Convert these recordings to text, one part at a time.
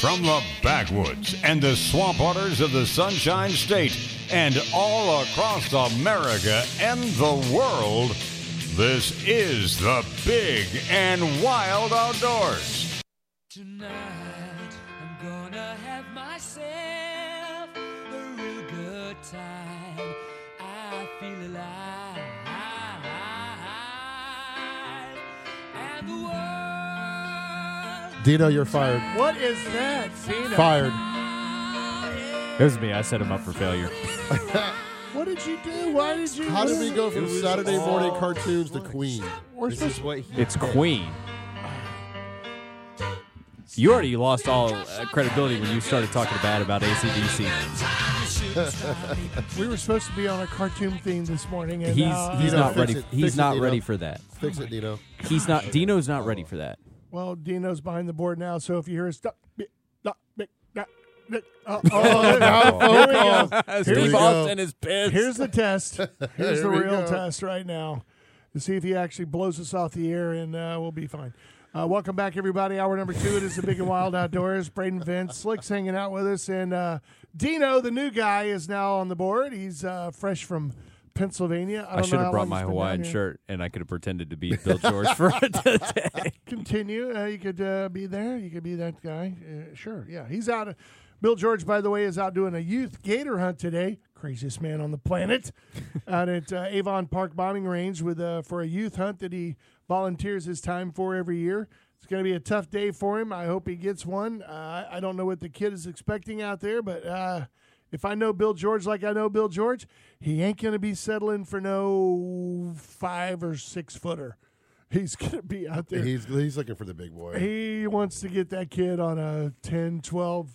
From the backwoods and the swamp waters of the Sunshine State and all across America and the world, this is the Big and Wild Outdoors. Tonight, I'm gonna have myself a real good time. I feel alive. And the world Dino, you're fired. What is that, Cena? Fired. It was me. I set him up for failure. What did you do? Why did you? How did we go It from was Saturday all morning cartoons to fun. Queen? We're This supposed- is what he It's Queen. You already lost all uh, credibility when you started talking bad about ACDC. we were supposed to be on a cartoon theme this morning, and uh, He's now- he's Dino, not fix ready. it. Fix He's it, not Dino. ready for that. Fix it, Dino. He's not. Dino's not ready for that. well, Dino's behind the board now. So if you hear us, stop. Oh, oh, now- here we go. we Steve go. Austin is pissed. Here's the test. Here's the Here we real go. test right now to see if he actually blows us off the air, and uh, we'll be fine. Uh, welcome back, everybody. Hour number two. It is the Big and Wild Outdoors. Braden Vince, Slick's hanging out with us, and uh, Dino, the new guy, is now on the board. He's uh, fresh from Pennsylvania. I, I don't should know have how brought long my he's been down Hawaiian here. shirt, and I could have pretended to be Bill George for today. Continue. Uh, you could uh, be there. You could be that guy. Uh, sure. Yeah. He's out. Bill George, by the way, is out doing a youth gator hunt today. Craziest man on the planet. out at uh, Avon Park Bombing Range with uh, for a youth hunt that he volunteers his time for every year. It's going to be a tough day for him. I hope he gets one. Uh, I I don't know what the kid is expecting out there, but uh, if I know Bill George like I know Bill George, he ain't going to be settling for no five or six footer. He's going to be out there He's he's looking for the big boy. he wants to get that kid on a 10 12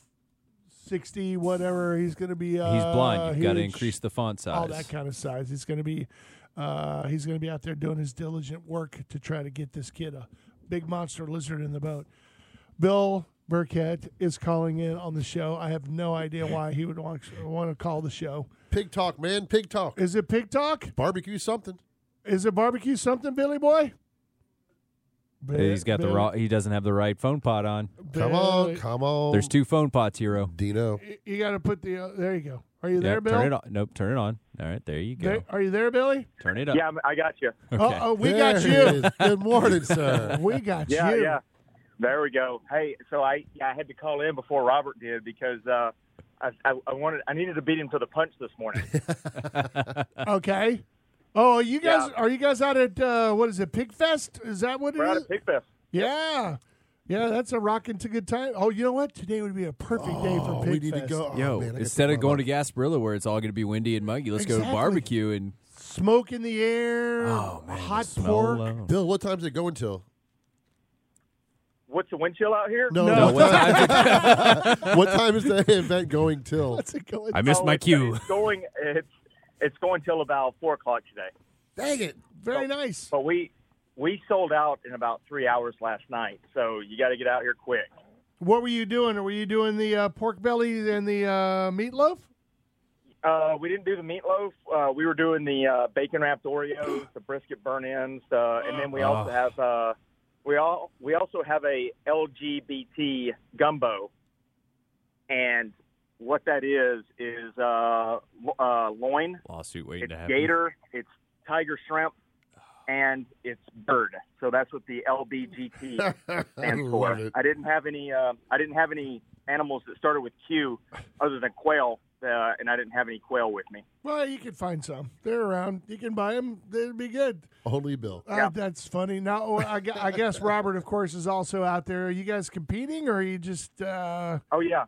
60 whatever he's going to be uh, He's blind. You've got to huge, increase the font all size. that kind of size he's going to be uh, he's going to be out there doing his diligent work to try to get this kid a big monster lizard in the boat bill burkett is calling in on the show i have no idea why he would want, want to call the show Pig talk, man. Pig talk. is it pig talk Barbecue something. is it barbecue something billy boy He's got the Billy- raw. He doesn't have the right phone pot on. Come on, Billy- come on. Oh. There's two phone pots, hero. Dino. Y- You got to put the. Uh, there you go. Are you there, Yep, Bill? Turn it on. Nope. Turn it on. All right. There you go. There- are you there, Billy? Turn it up. Yeah, I'm- I got you. Okay. Oh, we There got he you. is. Good morning, sir. We got Yeah, you. yeah. There we go. Hey, so I yeah, I had to call in before Robert did because uh, I, I I wanted I needed to beat him to the punch this morning. Okay. Oh, you guys Yeah. are you guys out at uh, what is it? Pig Fest? Is that what it We're out is? at Pig Fest. yeah. Yeah, that's a rockin' to good time. Oh, you know what? Today would be a perfect day for Oh, Pig we need to Fest. go. Oh, Yo, man, I got instead of my going to mic. Gasparilla where it's all going to be windy and muggy, let's go to Exactly. barbecue and Smoke in the air. Oh, hot pork. Bill, what time's it going till? What's the wind chill out here? No, No. What, time, what time is the event going till? What's it going? I missed Oh, my it's- cue. It's going it's it's going till about four o'clock today. Dang it! Very nice. But we we sold out in about three hours last night, so you got to get out here quick. What were you doing? Were you doing the uh, pork belly and the uh, meatloaf? Uh, we didn't do the meatloaf. Uh, we were doing the uh, bacon wrapped Oreos, the brisket burn ins, uh, and then we also Oh. have uh, we all we also have a LGBT gumbo, and what that is is uh, lo- uh, loin. Lawsuit waiting It's to happen. gator. It's tiger shrimp. And it's bird, so that's what the LBGT I stands for. love it. I didn't have any. Uh, I didn't have any animals that started with Q, other than quail, uh, and I didn't have any quail with me. Well, you can find some. They're around. You can buy them. They'd be good. Only Bill. Uh, Yeah. That's funny. Now, oh, I, gu- I guess Robert, of course, is also out there. Are you guys competing, or are you just? Uh, Oh yeah,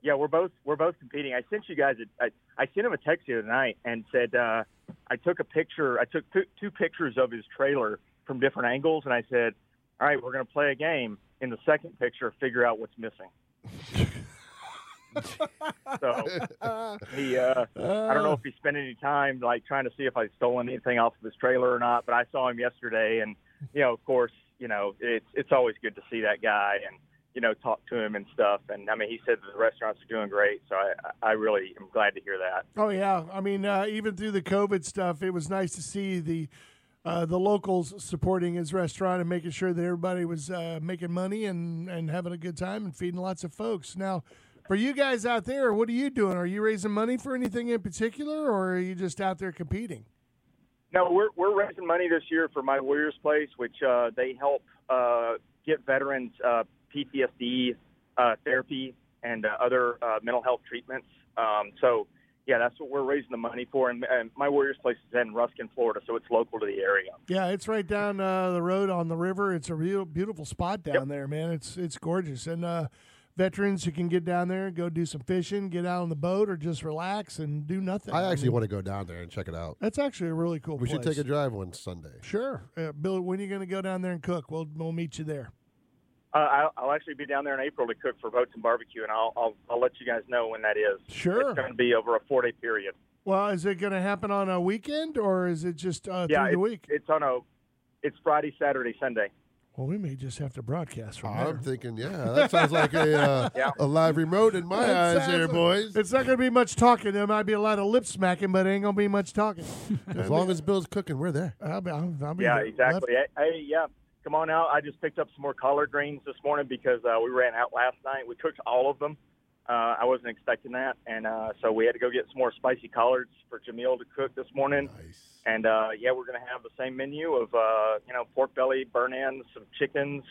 yeah. We're both we're both competing. I sent you guys. A, I, I sent him a text the other night and said uh, I took a picture. I took two, two pictures of his trailer from different angles, and I said, "All right, we're going to play a game." In the second picture, figure out what's missing. so he, uh, I don't know if he spent any time like trying to see if I stole anything off of his trailer or not. But I saw him yesterday, and you know, of course, you know, it's it's always good to see that guy and you know talk to him and stuff. And I mean, he said that the restaurants are doing great, so I I really am glad to hear that. oh yeah. I mean, uh, even through the COVID stuff, it was nice to see the uh, the locals supporting his restaurant and making sure that everybody was uh, making money and, and having a good time and feeding lots of folks. Now, for you guys out there, what are you doing? Are you raising money for anything in particular, or are you just out there competing? No, we're we're raising money this year for my Warriors Place, which uh, they help uh, get veterans uh, PTSD uh, therapy and uh, other uh, mental health treatments. Um, so, yeah, that's what we're raising the money for. And, and my Warriors Place is in Ruskin, Florida, so it's local to the area. Yeah, it's right down uh, the road on the river. It's a real beautiful spot down there, man. It's it's gorgeous, and uh, veterans who can get down there, go do some fishing, get out on the boat, or just relax and do nothing. I actually mean, want to go down there and check it out. that's actually a really cool. We should place. take a drive one Sunday. sure, uh, Bill. When are you going to go down there and cook? We'll we'll meet you there. Uh, I'll, I'll actually be down there in April to cook for Boats and Barbecue, and I'll I'll, I'll let you guys know when that is. Sure. it's going to be over a four day period. Well, is it going to happen on a weekend or is it just uh, yeah, through it's, the week? it's on a it's Friday, Saturday, Sunday. well, we may just have to broadcast from I'm there. thinking, yeah, that sounds like a uh, Yeah. a live remote in my That eyes, sounds there, like- boys. It's not going to be much talking. There might be a lot of lip smacking, but it ain't going to be much talking. As long as Bill's cooking, we're there. I'll be, I'll, I'll be yeah, there. exactly. Hey, hey, yeah, come on out. I just picked up some more collard greens this morning because uh, we ran out last night. We cooked all of them. Uh, I wasn't expecting that, and uh, so we had to go get some more spicy collards for Jamil to cook this morning. Nice. And uh, yeah, we're gonna have the same menu of uh, you know pork belly, burn ends, some chickens,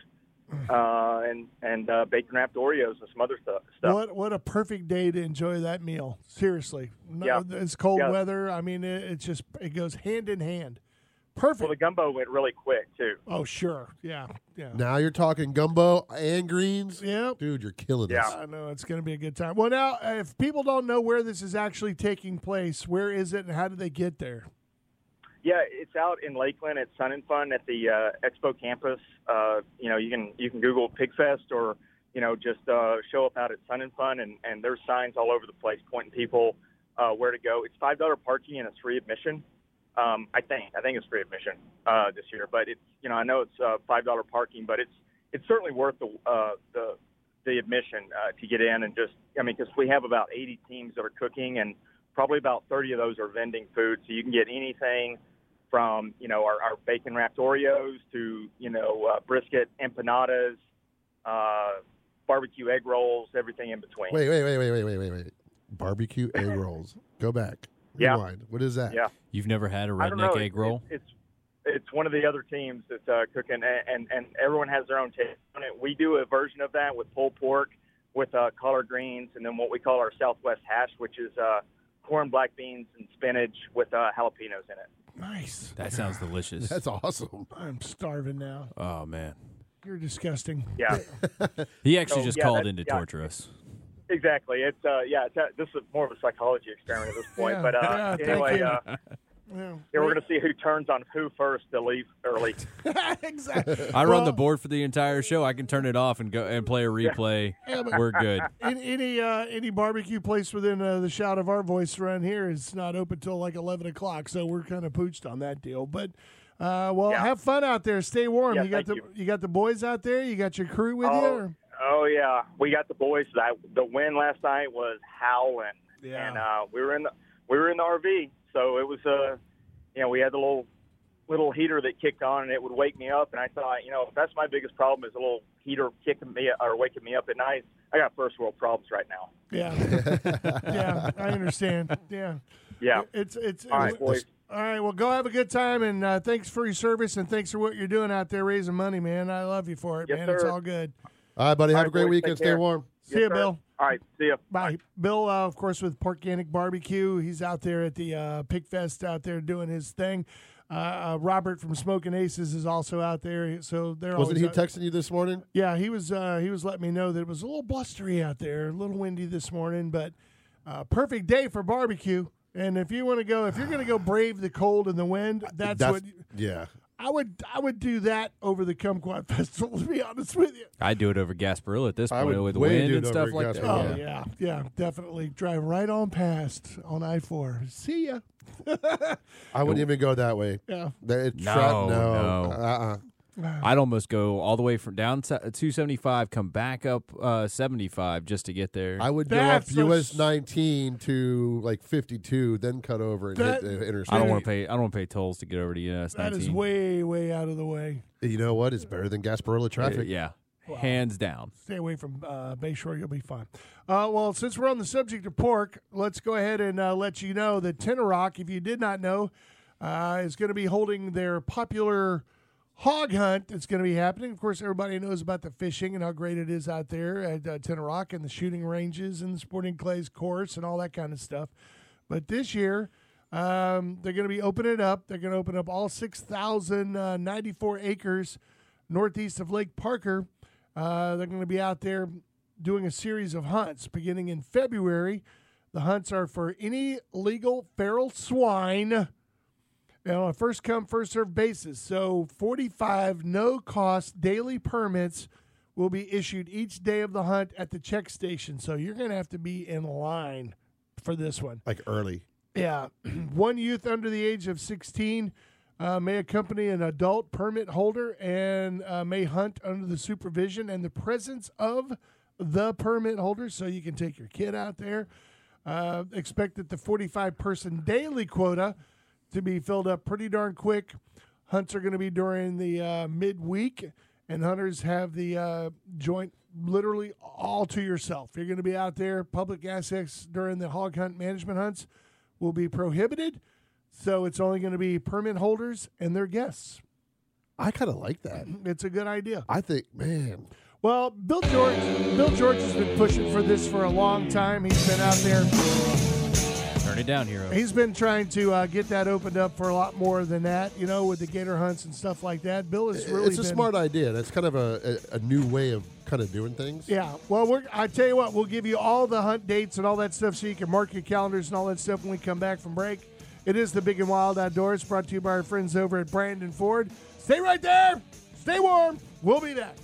uh, and and uh, bacon wrapped Oreos and some other stuff. stuff. What what a perfect day to enjoy that meal. Seriously, no, Yeah. it's cold Yeah. weather. I mean, it, it's just it goes hand in hand. Perfect. Well, the gumbo went really quick too. oh sure, yeah, yeah. Now you're talking gumbo and greens. Yep. Dude, you're killing Yeah. us. I know it's going to be a good time. Well, now if people don't know where this is actually taking place, where is it and how do they get there? Yeah, it's out in Lakeland at Sun and Fun at the uh, Expo campus. Uh, you know, you can you can Google Pigfest or you know just uh, show up out at Sun and Fun, and, and there's signs all over the place pointing people uh, where to go. It's five dollar parking and it's free admission. Um, I think I think it's free admission uh, this year, but it's you know I know it's uh, five dollar parking, but it's it's certainly worth the uh, the the admission uh, to get in and just I mean because we have about 80 teams that are cooking and probably about 30 of those are vending food, so you can get anything from you know our, our bacon wrapped Oreos to you know uh, brisket empanadas, uh, barbecue egg rolls, everything in between. Wait, wait, wait, wait, wait, wait, wait, wait. Barbecue egg rolls. Go back. Yeah. Rewind. What is that? Yeah. You've never had a I don't know. redneck egg it's, roll? It's, it's it's one of the other teams that's uh, cooking, and, and and everyone has their own take on it. We do a version of that with pulled pork, with uh, collard greens, and then what we call our Southwest hash, which is uh, corn, black beans, and spinach with uh, jalapenos in it. Nice. That sounds delicious. That's awesome. I'm starving now. oh man, You're disgusting. Yeah. he actually So, just yeah, called that- in to yeah. torture us. Exactly. It's uh, yeah. It's, uh, this is more of a psychology experiment at this point. Yeah. But Yeah, uh, thank anyway, you. uh, Yeah. yeah, we're gonna see who turns on who first to leave early. exactly. I run the Well- board for the entire show. I can turn it off and go and play a replay. We're good. Any any, uh, any barbecue place within uh, the shout of our voice around here is not open till like eleven o'clock, so we're kind of pooched on that deal. But uh, well, Yeah. have fun out there. Stay warm. Yeah, you got thank the you. got the boys out there. You got your crew with you. Oh, or- Oh yeah, we got the boys. That the win last night was howling, Yeah. and uh, we were in the we were in the RV, so it was uh, you know, we had the little little heater that kicked on, and it would wake me up. And I thought, you know, that's my biggest problem is a little heater kicking me or waking me up at night. I got first world problems right now. Yeah, yeah. I understand. Yeah, Yeah. It's it's All right, boys. All right, well, go have a good time, and uh, thanks for your service, and thanks for what you're doing out there raising money, man. I love you for it, Yes, man. It's sir. all good. All right, buddy. Have right, a great boys, weekend. take Stay care. warm. See ya, sir. Bill. All right. See ya. Bye. Bill, uh, of course, with Porkganic Barbecue. He's out there at the uh, Pig Fest out there doing his thing. Uh, uh, Robert from Smoking Aces is also out there. So they're always Wasn't uh, he out- texting you this morning? Yeah, he was. Uh, he was letting me know that it was a little blustery out there, a little windy this morning, but uh, perfect day for barbecue. And if you want to go, if you're going to go brave the cold and the wind, that's, what Yeah. I would. I would do that over the Kumquat Festival. To be honest with you. I do it over Gasparilla at this I point would with the way wind do it and stuff over like that. Gasparilla. Oh yeah. yeah, definitely. Drive right on past on I four. See ya. I wouldn't even go that way. Yeah. That- it No, tra- no. no. Uh-uh. I'd almost go all the way from down se- 275, come back up uh, 75 just to get there. I would go up That's so US s- 19 to like 52, then cut over and That- hit the interstate. I don't want to pay. I don't want to pay tolls to get over to US 19. That is way, way out of the way. You know what? It's better than Gasparilla Uh, traffic. yeah, hands down. Stay away from uh, Bayshore, you'll be fine. Uh, well, since we're on the subject of pork, let's go ahead and uh, let you know that Tinnerock, if you did not know, uh, is going to be holding their popular hog hunt that's going to be happening. Of course, everybody knows about the fishing and how great it is out there at uh, Tinnerock and the shooting ranges and the sporting clays course and all that kind of stuff. But this year, um, they're going to be opening it up. They're going to open up all 6,094 acres northeast of Lake Parker. Uh, they're going to be out there doing a series of hunts beginning in February. The hunts are for any legal feral swine and on a first come, first served basis. So 45 no cost daily permits will be issued each day of the hunt at the check station. So you're going to have to be in line for this one. Like early. Yeah. One youth under the age of 16 uh, may accompany an adult permit holder and uh, may hunt under the supervision and the presence of the permit holder. So you can take your kid out there. Uh, expect that the 45 person daily quota to be filled up pretty darn quick. Hunts are going to be during the uh, midweek, and hunters have the uh, joint literally all to yourself. You're going to be out there. Public access during the hog hunt management hunts will be prohibited. So it's only going to be permit holders and their guests. I kind of like that. It's a good idea. I think, man, Well, Bill George, Bill George has been pushing for this for a long time. He's been out there. Turn it down, hero. He's been trying to uh, get that opened up for a lot more than that. You know, with the gator hunts and stuff like that. Bill is really it's a been- smart idea. That's kind of a, a, a new way of kind of doing things. Yeah. Well, we're, I tell you what, we'll give you all the hunt dates and all that stuff so you can mark your calendars and all that stuff when we come back from break. It is the Big and Wild Outdoors brought to you by our friends over at Brandon Ford. Stay right there. Stay warm. We'll be back.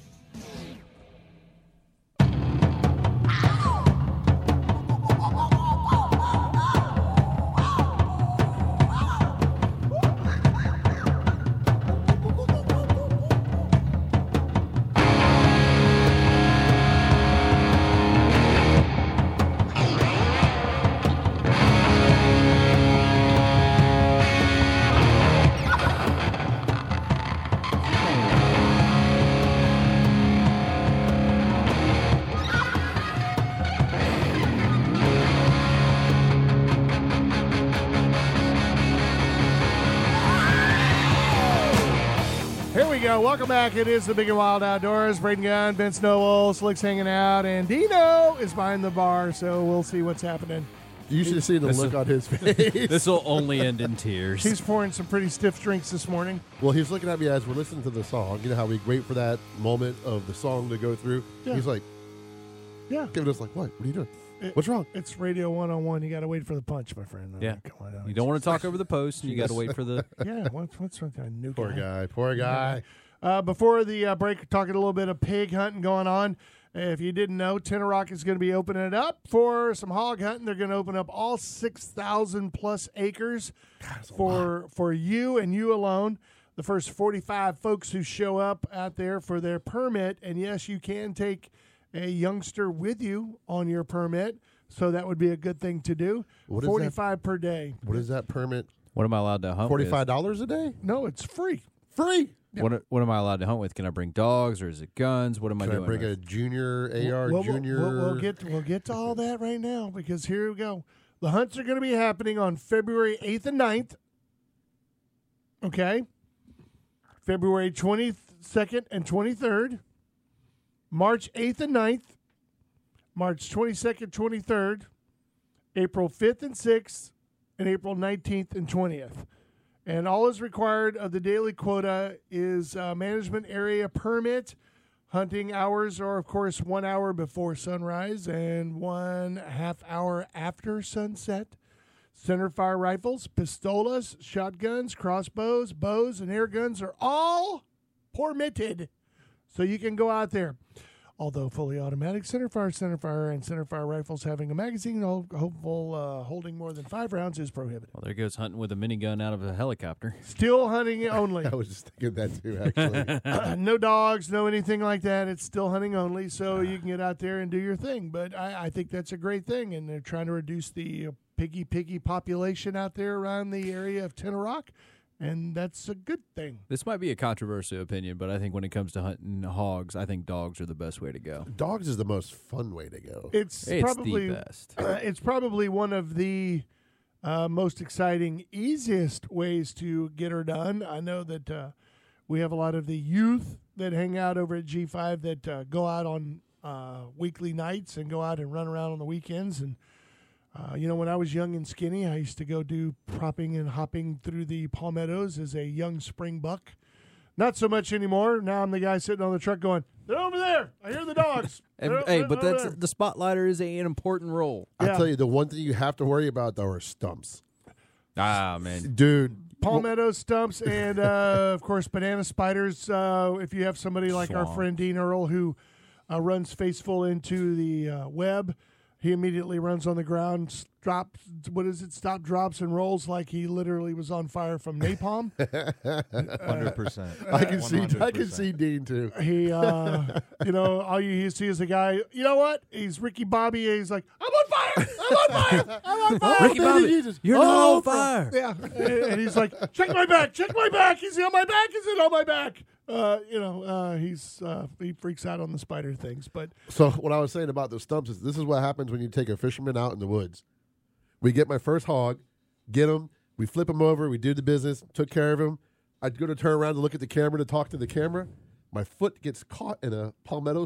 Here we go. Welcome back. It is the Big and Wild Outdoors. Braden Gunn, Vince Noel, Slick's hanging out, and Dino is behind the bar, so we'll see what's happening. You should have seen the This look is- on his face. This will only end in tears. He's pouring some pretty stiff drinks this morning. well, he was looking at me as we're listening to the song. You know how we wait for that moment of the song to go through? Yeah. He's like, Yeah. giving us like, what? What are you doing? It- What's wrong? It's radio one on one. You got to wait for the punch, my friend. I Yeah. mean, come on, you don't want to talk over the post, and you got to wait for the. Yeah. What's what's with that new Poor guy? guy. Poor guy. Uh, before the uh, break, talking a little bit of pig hunting going on. If you didn't know, Tinnerock is going to be opening it up for some hog hunting. They're going to open up all six thousand plus acres for for you and you alone. The first forty five folks who show up out there for their permit, and yes, you can take a youngster with you on your permit, so that would be a good thing to do. What is that? forty five per day. What is that permit? What am I allowed to hunt? with? $45 a day? No, it's free. Free. What, what am I allowed to hunt with? Can I bring dogs or is it guns? What am I Can I doing? bring with? a junior AR, We'll- we'll- junior? We'll, we'll get we'll get to all that right now because here we go. The hunts are going to be happening on February 8th and 9th. Okay. February 22nd and 23rd. March 8th and 9th. March 22nd, 23rd. April 5th and 6th. And April 19th and 20th. And all is required of the daily quota is uh, management area permit. Hunting hours are, of course, one hour before sunrise and one half hour after sunset. Center fire rifles, pistolas, shotguns, crossbows, bows, and air guns are all permitted. So you can go out there. Although fully automatic centerfire, centerfire, and centerfire rifles having a magazine ho- hopeful uh, holding more than five rounds is prohibited. Well, there goes hunting with a minigun out of a helicopter. Still hunting only. I was just thinking that too, actually. no dogs, no anything like that. It's still hunting only, so you can get out there and do your thing. But I, I think that's a great thing, and they're trying to reduce the uh, piggy piggy population out there around the area of Tenerock, and that's a good thing. This might be a controversial opinion, but I think when it comes to hunting hogs, I think dogs are the best way to go. Dogs is the most fun way to go. It's, It's probably the best. it's probably one of the uh, most exciting, easiest ways to get her done. I know that uh, we have a lot of the youth that hang out over at G5 that uh, go out on uh, weekly nights and go out and run around on the weekends. And, uh, you know, when I was young and skinny, I used to go do propping and hopping through the palmettos as a young spring buck. Not so much anymore. Now I'm the guy sitting on the truck going, they're over there. I hear the dogs. And, They're- hey, they're but over that's there." the spotlighter is an important role. yeah. I'll tell you, the one thing you have to worry about, though, are stumps. Ah, man. Dude, palmetto stumps and uh, of course banana spiders uh, if you have somebody like our Swamp. friend dean earl who uh, runs faceful into the uh, web he immediately runs on the ground drops what is it stop drops and rolls like he literally was on fire from napalm Hundred percent. I can see I can see Dean, too. he uh, you know all you see is a guy you know what he's ricky bobby and he's like i'm on fire i'm on fire i'm on fire Ricky Bobby, you're not Oh, on fire. Yeah, and, and he's like, "Check my back! Check my back! Is he on my back? Is it on my back?" Uh, you know, uh, he's uh, he freaks out on the spider things, but So what I was saying about the stumps is this is what happens when you take a fisherman out in the woods. We get my first hog, get him, we flip him over, we do the business, took care of him. I'd go to turn around to look at the camera to talk to the camera. My foot gets caught in a palmetto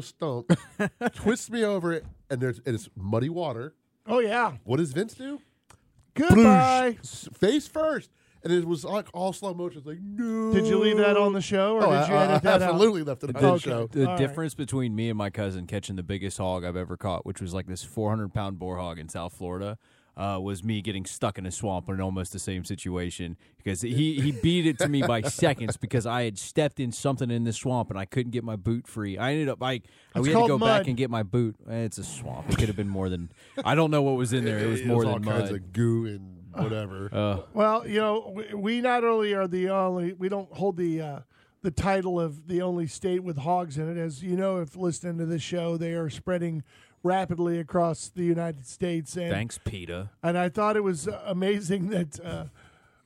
stump, twists me over it, and there's and it's muddy water. oh yeah, What does Vince do? goodbye. S- Face first, and it was like all slow motion. It's like no. Did you leave that on the show, or Oh, did you I, I edit that absolutely left it on did. the show. The All right. difference between me and my cousin catching the biggest hog I've ever caught, which was like this 400 pound boar hog in South Florida, uh, was me getting stuck in a swamp in almost the same situation because he, he beat it to me by seconds because I had stepped in something in the swamp and I couldn't get my boot free. I ended up I, I It's we had to called go mud. back and get my boot. Eh, It's a swamp. It could have been more than I don't know what was in there. It was more all than kinds mud. of goo and whatever. Uh, out? Well, you know, we, we not only are the only we don't hold the uh, the title of the only state with hogs in it, as you know, if listening to this show, they are spreading rapidly across the United States and thanks, Peta. And I thought it was uh, amazing that uh,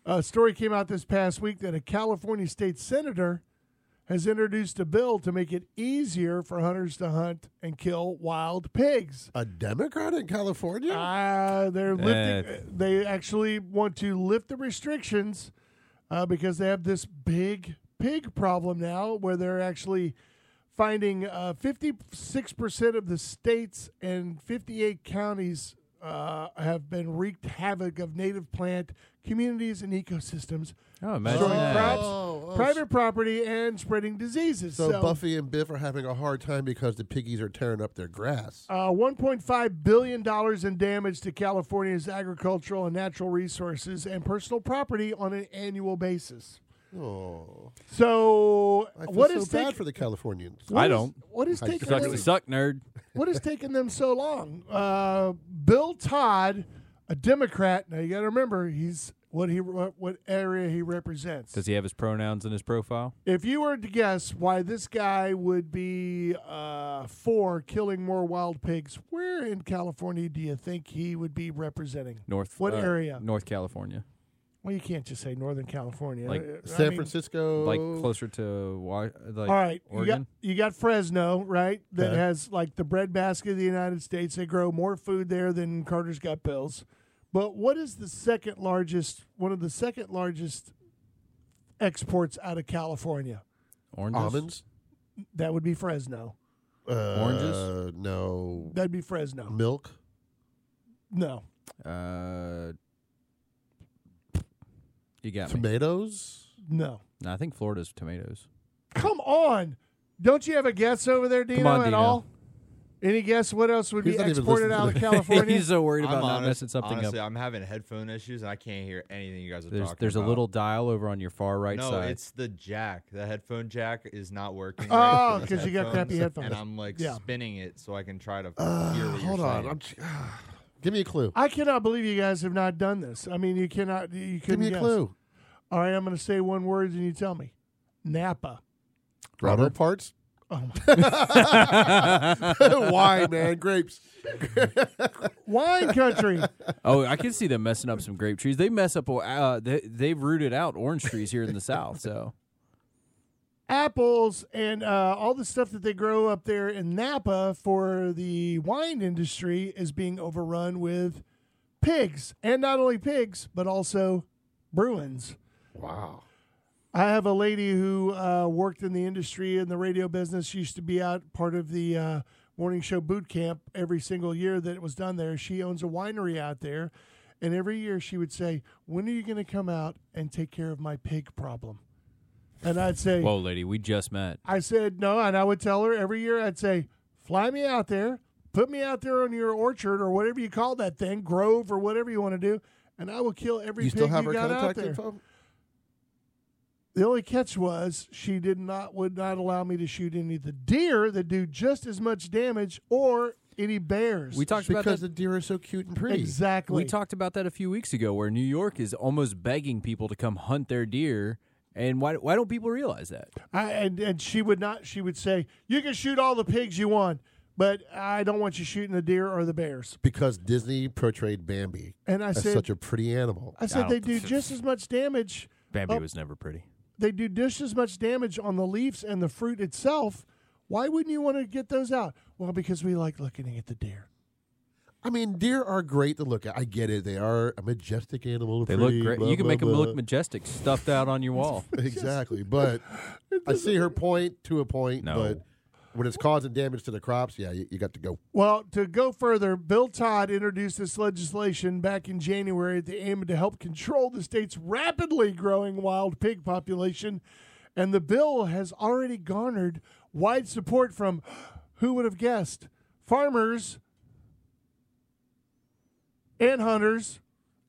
a story came out this past week that a California state senator has introduced a bill to make it easier for hunters to hunt and kill wild pigs. a Democrat in California? Uh, they're That's- lifting, they actually want to lift the restrictions uh, because they have this big pig problem now where they're actually finding uh, 56% of the states and 58 counties uh, have been wreaked havoc of native plant communities and ecosystems, Oh, imagine destroying that. crops, Oh, oh, private property, and spreading diseases. So, Buffy and Biff are having a hard time because the piggies are tearing up their grass. Uh, $1.5 billion in damage to California's agricultural and natural resources and personal property on an annual basis. Oh, So, I feel what so is bad taking- for the Californians. what I is- don't. What is I taking Sucks them- to suck, nerd. what is taking them so long? Uh, Bill Todd, a Democrat. Now you got to remember, he's what he what, what area he represents. Does he have his pronouns in his profile? If you were to guess why this guy would be uh, for killing more wild pigs, where in California do you think he would be representing? North. What uh, area? North California. Well, you can't just say Northern California. Like I San mean- Francisco, like closer to Wa- like Oh. All right, you got, Oregon. you got Fresno, right? That Okay. has like the breadbasket of the United States. They grow more food there than Carter's Gut Pills. But what is the second largest? One of the second largest exports out of California. Oranges. almonds, That would be Fresno. uh, Oranges? No, That'd be Fresno. milk. No, Uh, you got me. Tomatoes. no. No, I think Florida's tomatoes. Come on. Don't you have a guess over there, Dino, on, at Dino. all? Any guess what else would He's be not even exported listening out of to California? He's so worried I'm about not honest- messing something honestly, up. I'm having headphone issues and I can't hear anything you guys are There's talking there's a about. little dial over on your far right no, side. it's the jack. The headphone jack is not working. Oh, right for these 'cause you got crappy And headphones. I'm like Yeah. spinning it so I can try to hear what Hold you're on. saying. I'm, give me a clue. I cannot believe you guys have not done this. I mean, you cannot. You Give couldn't me a guess. clue. All right, I'm going to say one word and you tell me. Napa. Robert parts. Oh Why, man? Grapes. Wine country. oh, I can see them messing up some grape trees. They mess up. Uh, they, they've rooted out orange trees here in the south. So apples and uh, all the stuff that they grow up there in Napa for the wine industry is being overrun with pigs, and not only pigs, but also Bruins. Wow. I have a lady who uh, worked in the industry in the radio business. She used to be out part of the uh, morning show boot camp every single year that it was done there. She owns a winery out there. And every year she would say, When are you going to come out and take care of my pig problem? And I'd say, Whoa, lady, we just met. I said no, and I would tell her every year. I'd say, "Fly me out there, put me out there on your orchard or whatever you call that thing, grove or whatever you want to do, and I will kill every You pig still have you her got out contact there." info? The only catch was she did not would not allow me to shoot any of the deer that do just as much damage or any bears. We talked about Because that. the deer are so cute and pretty. exactly. We talked about that a few weeks ago, where New York is almost begging people to come hunt their deer. And why why don't people realize that? I, and and she would not. She would say, "You can shoot all the pigs you want." But I don't want you shooting the deer or the bears. Because Disney portrayed Bambi And I as said, such a pretty animal. I I said don't- they do just as much damage Bambi Oh. was never pretty. they do just as much damage on the leaves and the fruit itself. Why wouldn't you want to get those out? Well, because we like looking at the deer. I mean, deer are great to look at. I get it. They are a majestic animal. They pretty, look great. blah, you can blah, make them blah. look majestic, stuffed out on your wall. exactly. But I see her point to a point. No. But when it's causing damage to the crops, yeah, you, you got to go. Well, to go further, Bill Todd introduced this legislation back in January at the aim to help control the state's rapidly growing wild pig population. And the bill has already garnered wide support from who would have guessed? Farmers and hunters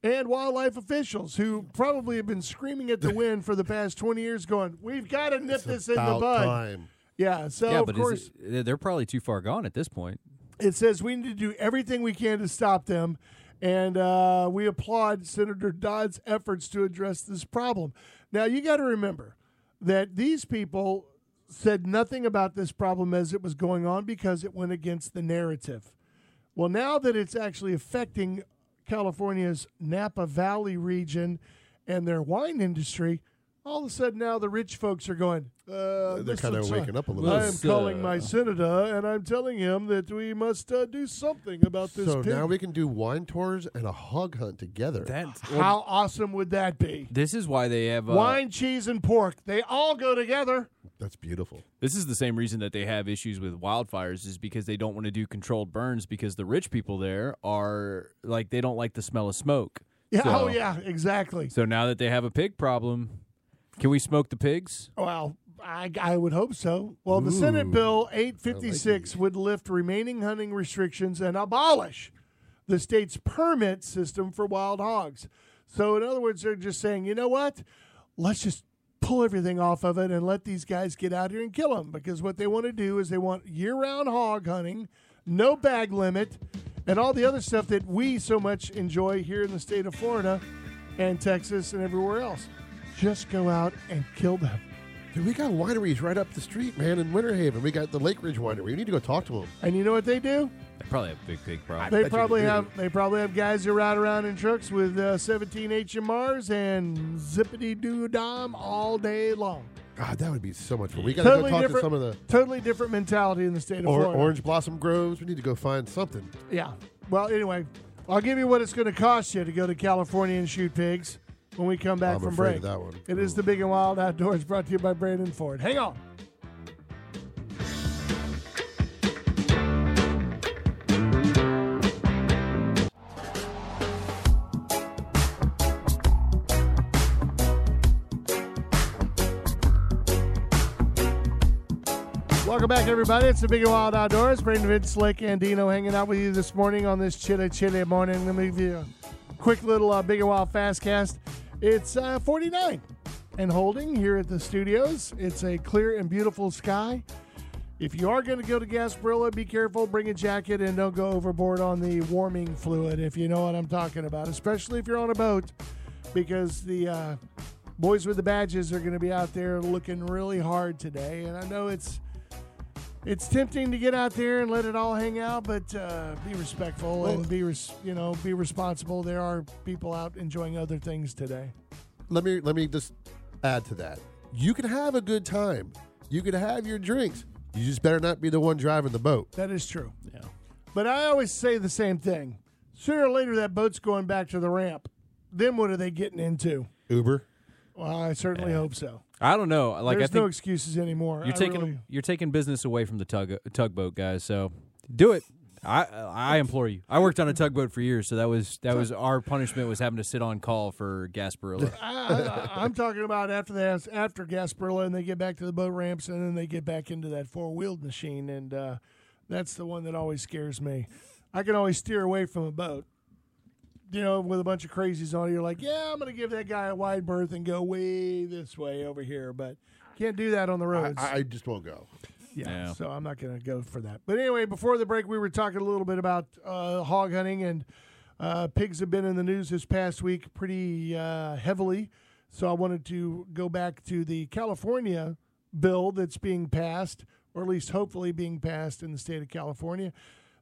and wildlife officials who probably have been screaming at the wind for the past 20 years going, we've got to nip this in the About bud. time. Yeah, so yeah, of but course is it, they're probably too far gone at this point. it says we need to do everything we can to stop them. And uh, we applaud Senator Dodd's efforts to address this problem. Now, you got to remember that these people said nothing about this problem as it was going on because it went against the narrative. Well, now that it's actually affecting California's Napa Valley region and their wine industry, all of a sudden now the rich folks are going, uh, They're this kind of looks like- waking up a little I Well, am bit. Yes, calling uh, my senator, and I'm telling him that we must uh, do something about this. So pig. now we can do wine tours and a hog hunt together. That's how awesome would that be? this is why they have uh, Wine, cheese, and pork—they all go together. That's beautiful. This is the same reason that they have issues with wildfires is because they don't want to do controlled burns because the rich people there are like they don't like the smell of smoke. Yeah. So- oh, yeah. Exactly. So now that they have a pig problem, can we smoke the pigs? Well, I, I would hope so. Well, the Senate Bill 856 would lift remaining hunting restrictions and abolish the state's permit system for wild hogs. So, in other words, they're just saying, you know what? Let's just pull everything off of it and let these guys get out here and kill them because what they want to do is they want year round hog hunting, no bag limit, and all the other stuff that we so much enjoy here in the state of Florida and Texas and everywhere else. Just go out and kill them. Dude, we got wineries right up the street, man, in Winter Haven. We got the Lake Ridge Winery. We need to go talk to them. And you know what they do? They probably have a big pig problem. They bet you probably they do. have they probably have guys who ride around in trucks with uh, 17 HMRs and zippity doo dom all day long. God, that would be so much fun. We got to Totally go talk to different, some of the totally different mentality in the state of or, Florida. orange blossom groves. We need to go find something. Yeah. Well, anyway, I'll give you what it's going to cost you to go to California and shoot pigs when we come back I'm from afraid break. of that one. It is the Big and Wild Outdoors, brought to you by Brandon Ford. Hang on. Welcome back, everybody. It's the Big and Wild Outdoors. Braden, Vince, Slick, and Dino hanging out with you this morning on this chilly, chilly morning. Let me give you a quick little uh, Big and Wild fast cast. It's uh, 49 and holding here at the studios. It's a clear and beautiful sky. If you are going to go to Gasparilla, be careful. Bring a jacket and don't go overboard on the warming fluid, if you know what I'm talking about, especially if you're on a boat, because the uh, boys with the badges are going to be out there looking really hard today. And I know it's it's tempting to get out there and let it all hang out, but uh, be respectful and be res- you know be responsible. There are people out enjoying other things today. let me let me just add to that. You can have a good time. You can have your drinks. You just better not be the one driving the boat. That is true. Yeah. But I always say the same thing. Sooner or later, that boat's going back to the ramp. Then what are they getting into? Uber. Well, I certainly hope so. I don't know. Like There's I think no excuses anymore. you're I taking really- you're taking business away from the tug tugboat guys. So do it. I I implore you. I worked on a tugboat for years, so that was that was our punishment was having to sit on call for Gasparilla. I, I, I'm talking about after the after Gasparilla, and they get back to the boat ramps, and then they get back into that four wheeled machine, and uh, that's the one that always scares me. I can always steer away from a boat. You know, with a bunch of crazies on it, you're like, yeah, I'm going to give that guy a wide berth and go way this way over here, but can't do that on the I, roads. I I just won't go. Yeah, Yeah. So I'm not going to go for that. But anyway, before the break, we were talking a little bit about uh, hog hunting, and uh, pigs have been in the news this past week pretty uh, heavily. So I wanted to go back to the California bill that's being passed, or at least hopefully being passed in the state of California,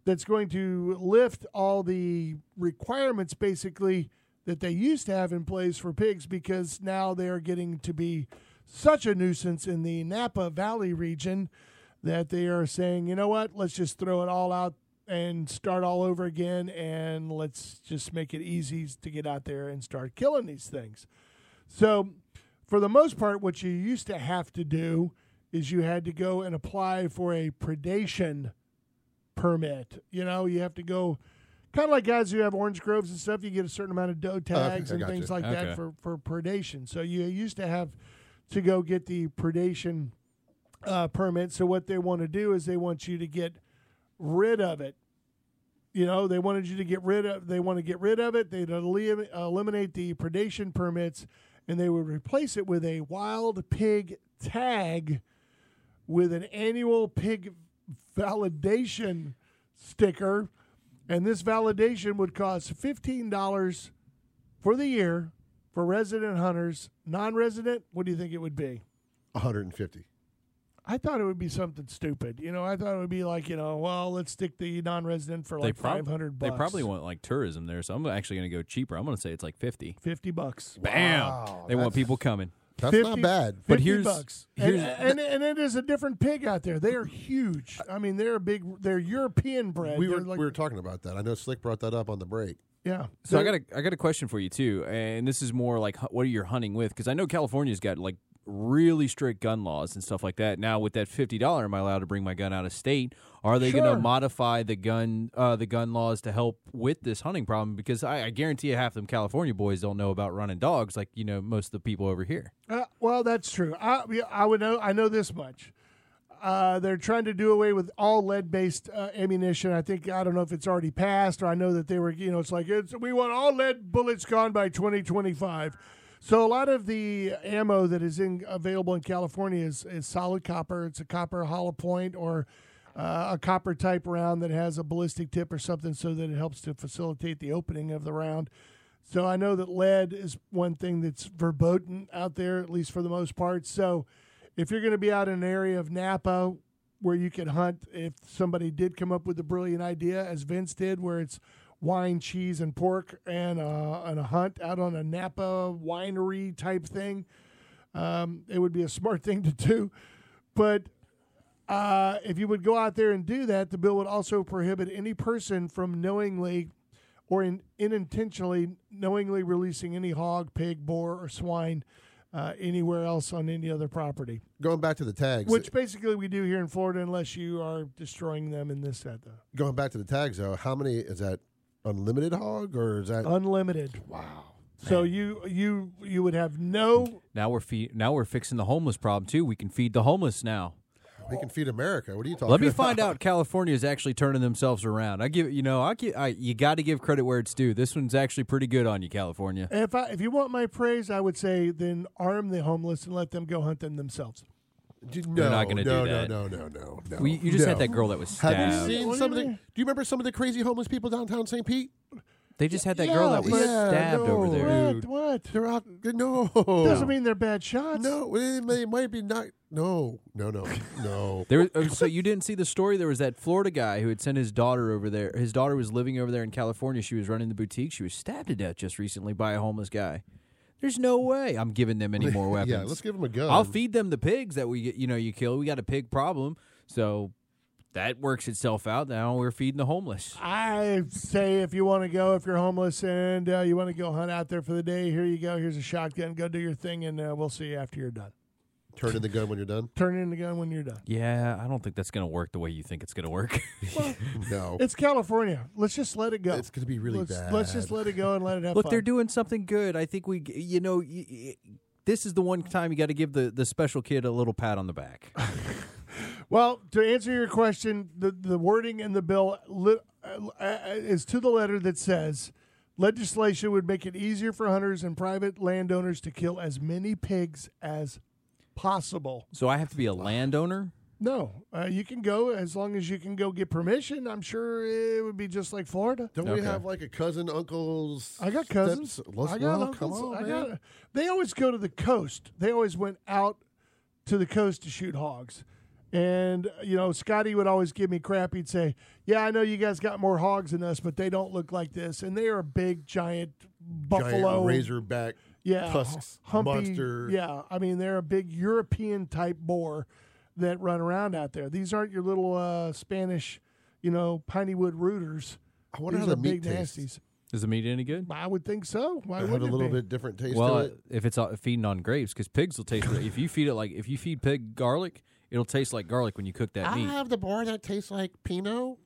that's going to lift all the requirements basically that they used to have in place for pigs because now they are getting to be such a nuisance in the Napa Valley region that they are saying, you know what, let's just throw it all out and start all over again and let's just make it easy to get out there and start killing these things. So, for the most part, what you used to have to do is you had to go and apply for a predation permit. You know, you have to go kind of like guys who have orange groves and stuff, you get a certain amount of doe tags I and got things you. like Okay. that for, for predation. So, you used to have to go get the predation uh, permit. So what they want to do is they want you to get rid of it. You know, they wanted you to get rid of. They want to get rid of it. They'd elim- eliminate the predation permits, and they would replace it with a wild pig tag, with an annual pig validation sticker, and this validation would cost fifteen dollars for the year for resident hunters. Non-resident, what do you think it would be? 150. I thought it would be something stupid. You know, I thought it would be like, you know, well, let's stick the non-resident for they like probably 500 they bucks. probably want like tourism there, so I'm actually going to go cheaper. I'm going to say it's like fifty. 50 bucks. Bam! Wow, Oh, they want that's- people coming. That's 50 not bad. 50 But here's- bucks. here's- and, and, and it is a different pig out there. They are huge. I mean, they're a big they're European bred. We They're were like, we were talking about that. I know Slick brought that up on the break. yeah. So I They're- got a I got a question for you too, and this is more like hu- what are you hunting with? Because I know California's got like really strict gun laws and stuff like that. Now with that fifty dollar, am I allowed to bring my gun out of state? Are they going Sure. to modify the gun uh, the gun laws to help with this hunting problem? Because I, I guarantee you half them California boys don't know about running dogs, like you know most of the people over here. Uh, well, that's true. I yeah, I would know. I know this much. Uh, they're trying to do away with all lead-based uh, ammunition. I think I don't know if it's already passed, or I know that they were. You know, it's like it's, we want all lead bullets gone by 2025. So a lot of the ammo that is in, available in California is, is solid copper. It's a copper hollow point or uh, a copper type round that has a ballistic tip or something, so that it helps to facilitate the opening of the round. So I know that lead is one thing that's verboten out there, at least for the most part. So if you're going to be out in an area of Napa where you can hunt, if somebody did come up with a brilliant idea, as Vince did, where it's wine, cheese, and pork and, uh, and a hunt out on a Napa winery type thing, um, it would be a smart thing to do. But uh, if you would go out there and do that, the bill would also prohibit any person from knowingly or in, unintentionally knowingly releasing any hog, pig, boar, or swine uh, anywhere else on any other property, Going back to the tags. which basically we do here in Florida unless you are destroying them in this, that, the going back to the tags though. How many is that? Unlimited hog or is that? Uh, unlimited. Wow. So you you you would have no Now we're fe- now we're fixing the homeless problem too. We can feed the homeless now. We can feed America. What are you talking? Let me about? find out. California is actually turning themselves around. I give you know I, gi- I you got to give credit where it's due. This one's actually pretty good on you, California. If I, if you want my praise, I would say then arm the homeless and let them go hunt them themselves. Dude, no, They're not gonna no, do that. No, no, no, no, no. We, you just no. had that girl that was Have stabbed. you seen What do some you of the? mean? Do you remember some of the crazy homeless people downtown St. Pete? They just had that girl that was Yeah, but- stabbed yeah, over no, there. What? Dude. What? They're out. they're- No, Doesn't mean they're bad shots. no. They, they might be not. No, no, no, no. There was, oh, so you didn't see the story. There was that Florida guy who had sent his daughter over there. His daughter was living over there in California. She was running the boutique. She was stabbed to death just recently by a homeless guy. There's no way I'm giving them any more weapons. yeah, let's give them a gun. I'll feed them the pigs that we you know you kill. We got a pig problem, so that works itself out. Now we're feeding the homeless. I say if you want to go, if you're homeless and uh, you want to go hunt out there for the day, here you go. Here's a shotgun. Go do your thing, and uh, we'll see you after you're done. Turn in the gun when you're done. Turn in the gun when you're done. Yeah, I don't think that's gonna work the way you think it's gonna work. No, It's California. Let's just let it go. it's gonna be really let's, bad. let's just let it go and let it happen. Look, they're doing something good. I think we, you know, y- y- this is the one time you got to give the, the special kid a little pat on the back. Well, to answer your question, the, the wording in the bill li- uh, uh, is to the letter that says legislation would make it easier for hunters and private landowners to kill as many pigs as possible. So I have to be a landowner. No, uh, you can go as long as you can go get permission. I'm sure it would be just like Florida. Don't we Okay. have like a cousin, uncles? I got cousins. steps- Let's- I got well, come uncles. on, I man. got. They always go to the coast. They always went out to the coast to shoot hogs. And you know, Scotty would always give me crap. He'd say, "Yeah, I know you guys got more hogs than us, but they don't look like this, and they are big, giant buffalo, Giant razorback yeah, tusks, humpy, monster. Yeah, I mean, they're a big European type boar that run around out there. These aren't your little uh, Spanish, you know, pinewood rooters. I wonder These how are the meat big tastes. nasties. Is the meat any good? I would think so. Why I had a wouldn't it little be? bit different taste Well, to uh, it. if it's uh, feeding on grapes, because pigs will taste. if you feed it like if you feed pig garlic, it'll taste like garlic when you cook that meat. the bar that tastes like Pinot.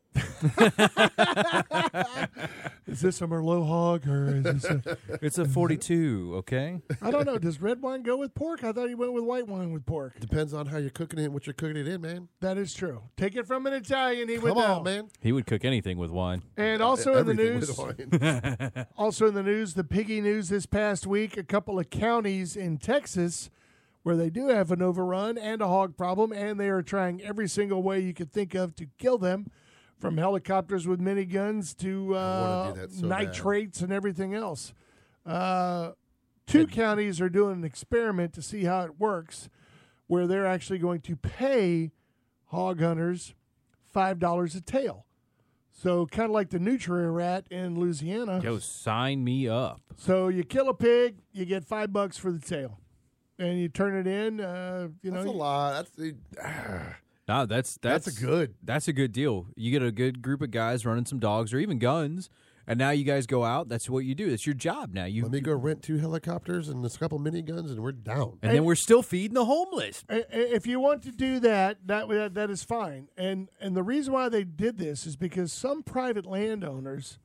Is this a Merlot hog or is this a, It's a forty-two. Okay. I don't know. Does red wine go with pork? I thought he went with white wine with pork. Depends on how you're cooking it, and what you're cooking it in, man. That is true. Take it from an Italian. He would Come on, know. man. He would cook anything with wine. And also in the Everything with news, wine. also in the news, the piggy news this past week. A couple of counties in Texas where they do have an overrun and a hog problem, and they are trying every single way you could think of to kill them, from helicopters with miniguns to uh, wanna do that so bad. nitrates and everything else. Uh, two counties are doing an experiment to see how it works, where they're actually going to pay hog hunters five dollars a tail. So kind of like the nutria rat in Louisiana. Yo, sign me up. So you kill a pig, you get five bucks for the tail, and you turn it in. Uh, you That's a know, lot. That's the- ah, Nah, that's that's, that's a good. that's a good deal. You get a good group of guys running some dogs or even guns, and now you guys go out. That's what you do. That's your job now. You Let me go rent two helicopters and a couple miniguns, and we're down. and then we're still feeding the homeless. i- i- if you want to do that, that that- that is fine. And and the reason why they did this is because some private landowners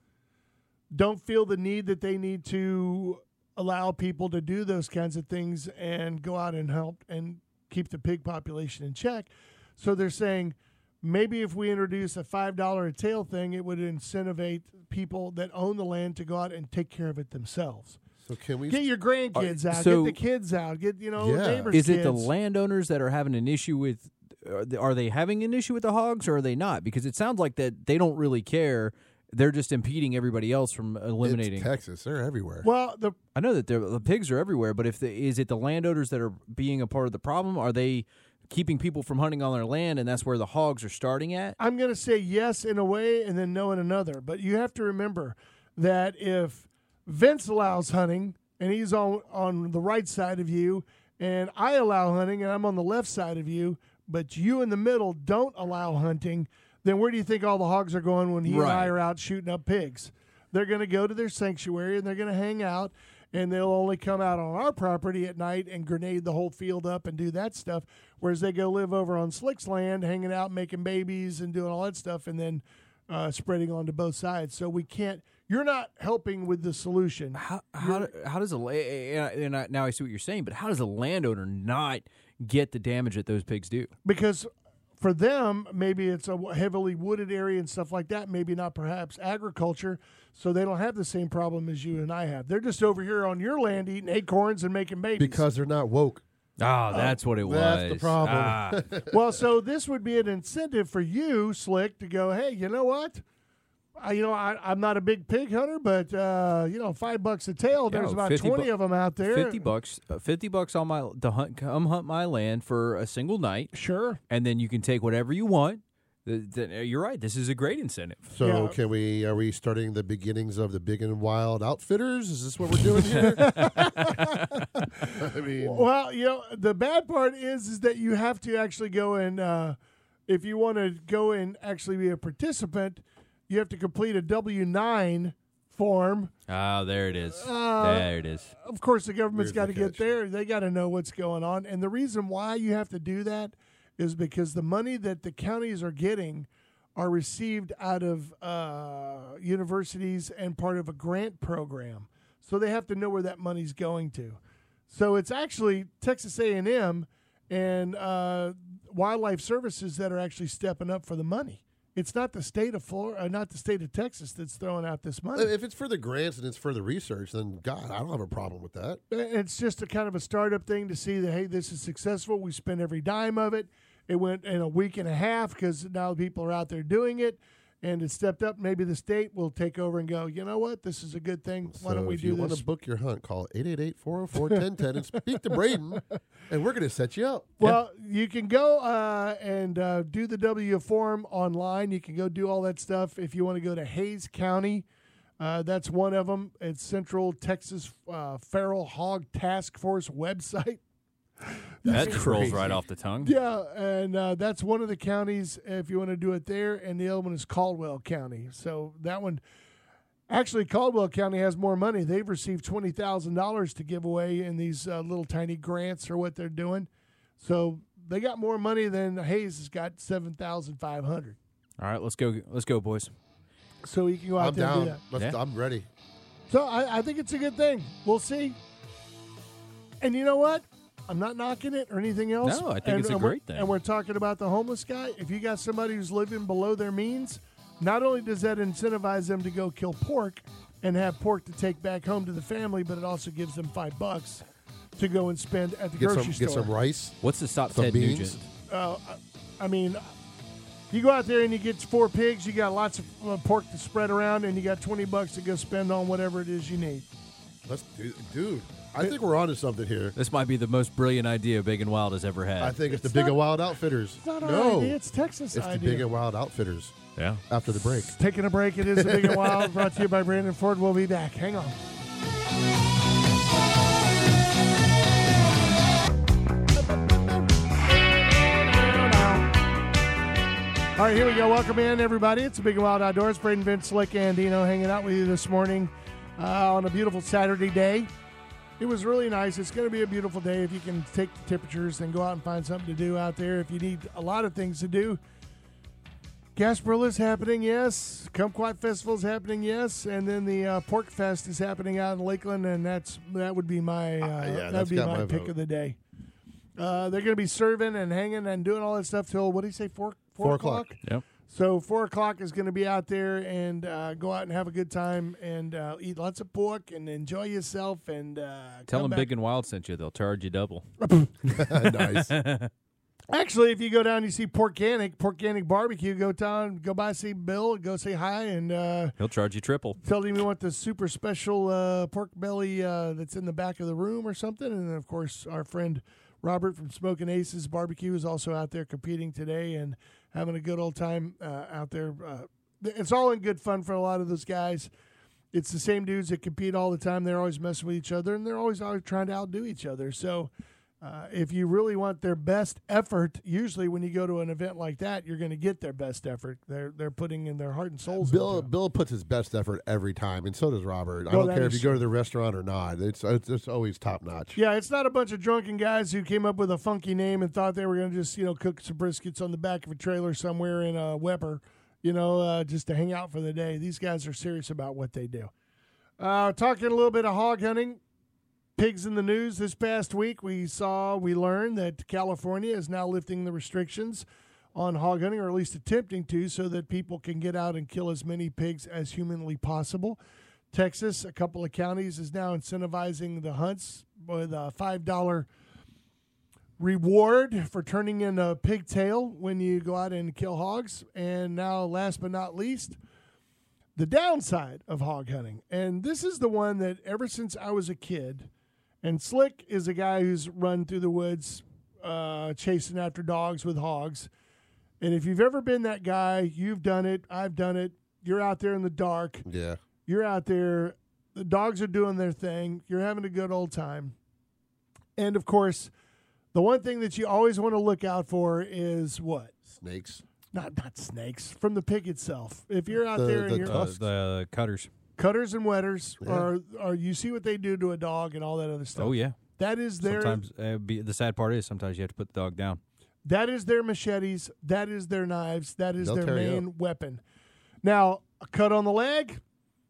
don't feel the need that they need to allow people to do those kinds of things and go out and help and keep the pig population in check. So they're saying maybe if we introduce a five dollar a tail thing, it would incentivize people that own the land to go out and take care of it themselves. So can we? Get your grandkids out. so- get the kids out. Get you know Yeah. neighbors. Is it the kids. landowners that are having an issue with? Are they- are they having an issue with the hogs or are they not? Because it sounds like that they don't really care. They're just impeding everybody else from eliminating. It's Texas. They're everywhere. Well, the I know that they're- the pigs are everywhere, but if the, is it the landowners that are being a part of the problem? Are they keeping people from hunting on their land, and that's where the hogs are starting at? I'm going to say yes in a way and then no in another. But you have to remember that if Vince allows hunting and he's on on the right side of you, and I allow hunting and I'm on the left side of you, but you in the middle don't allow hunting, then where do you think all the hogs are going when he and I Right. are out shooting up pigs? They're going to go to their sanctuary and they're going to hang out. And they'll only come out on our property at night and grenade the whole field up and do that stuff. Whereas they go live over on Slick's land, hanging out, making babies, and doing all that stuff, and then uh, spreading onto both sides. So we can't. You're not helping with the solution. How how, do- how does a la- and I- and I, now I see what you're saying, but how does a landowner not get the damage that those pigs do? because for them, maybe it's a heavily wooded area and stuff like that. Maybe not perhaps agriculture, so they don't have the same problem as you and I have. They're just over here on your land eating acorns and making babies. because they're not woke. Ah, that's what it that's was. the problem. Ah. well, so this would be an incentive for you, Slick, to go. Hey, you know what? I, you know, I, I'm not a big pig hunter, but uh, you know, five bucks a tail. There's Yeah, about 50 twenty bu- of them out there. Fifty bucks, uh, fifty bucks on my to hunt, come hunt my land for a single night, Sure. and then you can take whatever you want. Th- th- you're right. This is a great incentive. So Yeah. can we? Are we starting the beginnings of the Big and Wild Outfitters? Is this what we're doing here? I mean, Well, you know, the bad part is is that you have to actually go and uh, if you want to go and actually be a participant, you have to complete a W nine form. Ah, there it is. Uh, there it is. Of course, the government's got Here's to the get catch. there. They got to know what's going on, and the reason why you have to do that is because the money that the counties are getting are received out of uh, universities and part of a grant program. So they have to know where that money's going to. So it's actually Texas A&M and uh, Wildlife Services that are actually stepping up for the money. It's not the state of Florida, uh, not the state of Texas that's throwing out this money. if it's for the grants and it's for the research, then God, I don't have a problem with that. It's just a kind of a startup thing to see that hey, this is successful. We spent every dime of it. It went in a week and a half because now people are out there doing it, and it stepped up. Maybe the state will take over and go. You know what? This is a good thing. Why don't So we if you do want this? to book your hunt, call 888-404-1010 and speak to Braden, and we're going to set you up. Well, you can go uh, and uh, do the W form online. You can go do all that stuff if you want to go to Hayes County. Uh, that's one of them. It's Central Texas uh, Feral Hog Task Force website. That rolls right off the tongue. Yeah, and uh, that's one of the counties if you want to do it there, and the other one is Caldwell County. So that one, actually, Caldwell County has more money. They've received twenty thousand dollars to give away in these uh, little tiny grants or what they're doing. So they got more money than Hayes has got seven thousand five hundred. All right, let's go. Let's go, boys. So you can go out I'm there and do down. that. Let's, Yeah. I'm ready. So I, I think it's a good thing. We'll see. And you know what? I'm not knocking it or anything else. No, I think And- it's a and we're- great thing. And we're talking about the homeless guy. If you got somebody who's living below their means, not only does that incentivize them to go kill pork and have pork to take back home to the family, but it also gives them five bucks to go and spend at the Get grocery some store. get some rice. What's the stop Some Ted beans? Nugent? I mean, you go out there and you get four pigs, you got lots of uh, pork to spread around, and you got 20 bucks to go spend on whatever it is you need. Let's do, dude. I think we're onto something here. This might be the most brilliant idea Big and Wild has ever had. I think it's, It's the Big not- and Wild Outfitters. It's not no, our idea. It's Texas it's the idea. Big and Wild Outfitters. yeah. After the break. Taking a break. It is the Big and Wild brought to you by Brandon Ford. We'll be back. Hang on. All right, here we go. Welcome in, everybody. It's the Big and Wild Outdoors. Braden, Vince, Slick, and Dino hanging out with you this morning uh, on a beautiful Saturday day. It was really nice. It's going to be a beautiful day if you can take the temperatures and go out and find something to do out there. If you need a lot of things to do, Gasparilla is happening, yes. Kumquat Festival is happening, yes. And then the uh, Pork Fest is happening out in Lakeland, and that's that would be my uh, Ah, yeah, that would that's be got my my pick vote. of the day. Uh, they're going to be serving and hanging and doing all that stuff till what do you say four Four o'clock. Yep. So four o'clock is going to be out there and uh, go out and have a good time and uh, eat lots of pork and enjoy yourself and uh, Tell come them back. Big and Wild sent you. They'll charge you double. nice. Actually, if you go down, you see Porkanic, Porkanic Barbecue. Go down, go by, see Bill, go say hi, and uh, He'll charge you triple. tell him you want the super special uh, pork belly uh, that's in the back of the room or something. And then, of course, our friend Robert from Smoking Aces Barbecue is also out there competing today and having a good old time uh, out there. Uh, it's all in good fun for a lot of those guys. It's the same dudes that compete all the time. They're always messing with each other and they're always, always trying to outdo each other. So, uh, if you really want their best effort, usually when you go to an event like that, you're going to get their best effort. They're they're putting in their heart and souls. into Bill it. Bill puts his best effort every time, and so does Robert. I Well, don't that care is if you go to the restaurant or not. It's it's, it's always top notch. Yeah, it's not a bunch of drunken guys who came up with a funky name and thought they were going to just, you know, cook some briskets on the back of a trailer somewhere in uh, Weber, you know, uh, just to hang out for the day. These guys are serious about what they do. Uh, talking a little bit of hog hunting, pigs in the news this past week. We saw, we learned that California is now lifting the restrictions on hog hunting, or at least attempting to, so that people can get out and kill as many pigs as humanly possible. Texas, a couple of counties, is now incentivizing the hunts with a five dollar reward for turning in a pigtail when you go out and kill hogs. And now, last but not least, the downside of hog hunting. And this is the one that ever since I was a kid, and Slick is a guy who's run through the woods uh, chasing after dogs with hogs. And if you've ever been that guy, you've done it. I've done it. You're out there in the dark. Yeah. You're out there. The dogs are doing their thing. You're having a good old time. And of course, the one thing that you always want to look out for is what? Snakes. Not not snakes from the pig itself. If you're out The- there the and you're tusks. Uh, the cutters. cutters and wetters Yeah. are are you see what they do to a dog and all that other stuff. Oh yeah. That is their Sometimes uh, be, the sad part is sometimes you have to put the dog down. that is their machetes, that is their knives, that is They'll their tear you main weapon. Now, a cut on the leg,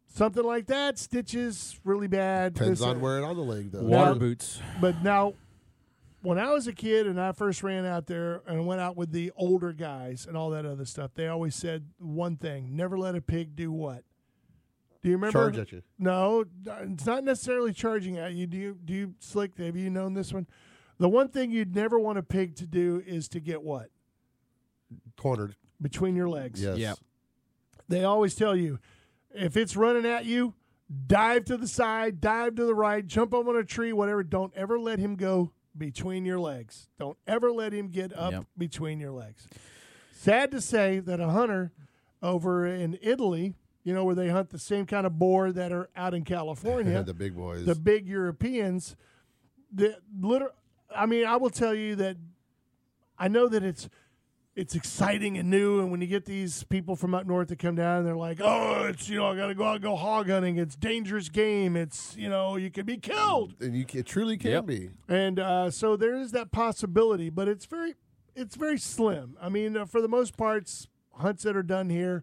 something like that, stitches really bad. Depends this- on where it on the leg though. Water Now- boots. But now, when I was a kid and I first ran out there and went out with the older guys and all that other stuff, they always said one thing: never let a pig do what. Do you remember? Charge at you. No, it's not necessarily charging at you. Do you do you slick? Have you known this one? The one thing you'd never want a pig to do is to get what Cornered. between your legs. Yes. Yep. They always tell you if it's running at you, dive to the side, dive to the right, jump up on a tree, whatever. Don't ever let him go between your legs. Don't ever let him get up Yep. between your legs. Sad to say that a hunter over in Italy, you know, where they hunt the same kind of boar that are out in California, the big boys. the big Europeans. The liter- I mean, I will tell you that I know that it's it's exciting and new. And when you get these people from up north that come down, they're like, "Oh, it's you know, I got to go out and go hog hunting. It's dangerous game. It's you know, you can be killed." and you can, truly can Yep. be. And uh, so there is that possibility, but it's very it's very slim. I mean, uh, for the most part, s- hunts that are done here,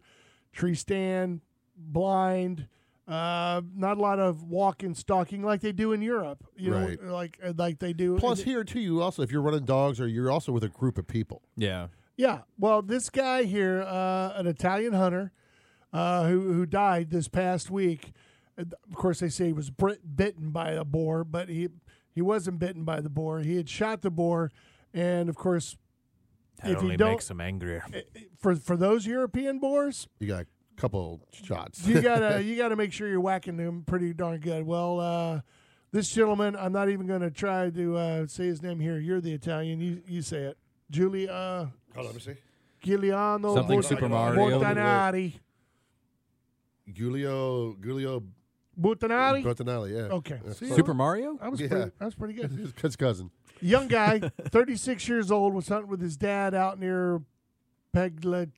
tree stand, blind, uh, not a lot of walking, stalking like they do in Europe. You Right. know, like like they do. Plus here too, you also if you're running dogs or you're also with a group of people. Yeah. yeah. Well, this guy here, uh, an Italian hunter, uh, who who died this past week. And Of course, they say he was bit, bitten by a boar, but he he wasn't bitten by the boar. He had shot the boar, and of course, That If you only don't- makes him angrier. for for those European boars, You got a couple shots. you gotta you gotta make sure you're whacking them pretty darn good. Well, uh, this gentleman, I'm not even gonna try to uh, say his name here. You're the Italian. You you say it, Julie. Uh, Hold on, let me see. Giuliano Something Bort- Super Mario. Bortanari. Giulio Giulio Bortanari. Bertinelli, yeah. Okay. See, Super Mario? I was Yeah. pretty, I was pretty good. His, his cousin. Young guy, 36 years old, was hunting with his dad out near Peglatio.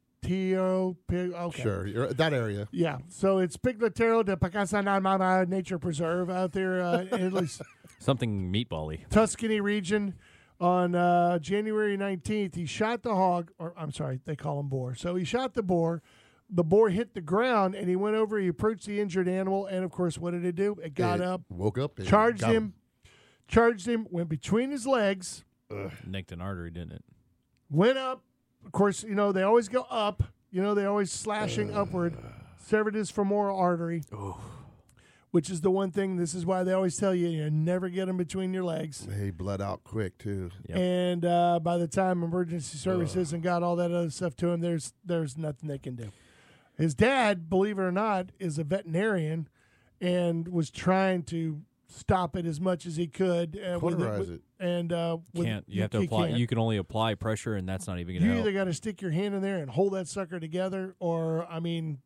Peg, okay. Sure. You're, that area. Yeah, so it's Pigletero de Pacasanamama Nature Preserve out there uh, in Italy's Something meatbally. Tuscany region. On uh, January 19th, he shot the hog, or I'm sorry, they call him boar. So he shot the boar. The boar hit the ground and he went over, he approached the injured animal. And of course, what did it do? It got It up, Woke up. and charged got him, charged him, went between his legs, Nicked an artery, didn't it? went up. Of course, you know, they always go up. You know, they always slashing upward. Severed his femoral artery, which is the one thing. This is why they always tell you, you never get them between your legs. He bled out quick too. Yep. And uh, by the time emergency services and got all that other stuff to him, there's there's nothing they can do. His dad, believe it or not, is a veterinarian, and was trying to stop it as much as he could. Uh, with Cauterize it. And uh, with- Can't you, have to apply? can't. You can only apply pressure, and that's not even going You to help. either got to stick your hand in there and hold that sucker together, or I mean,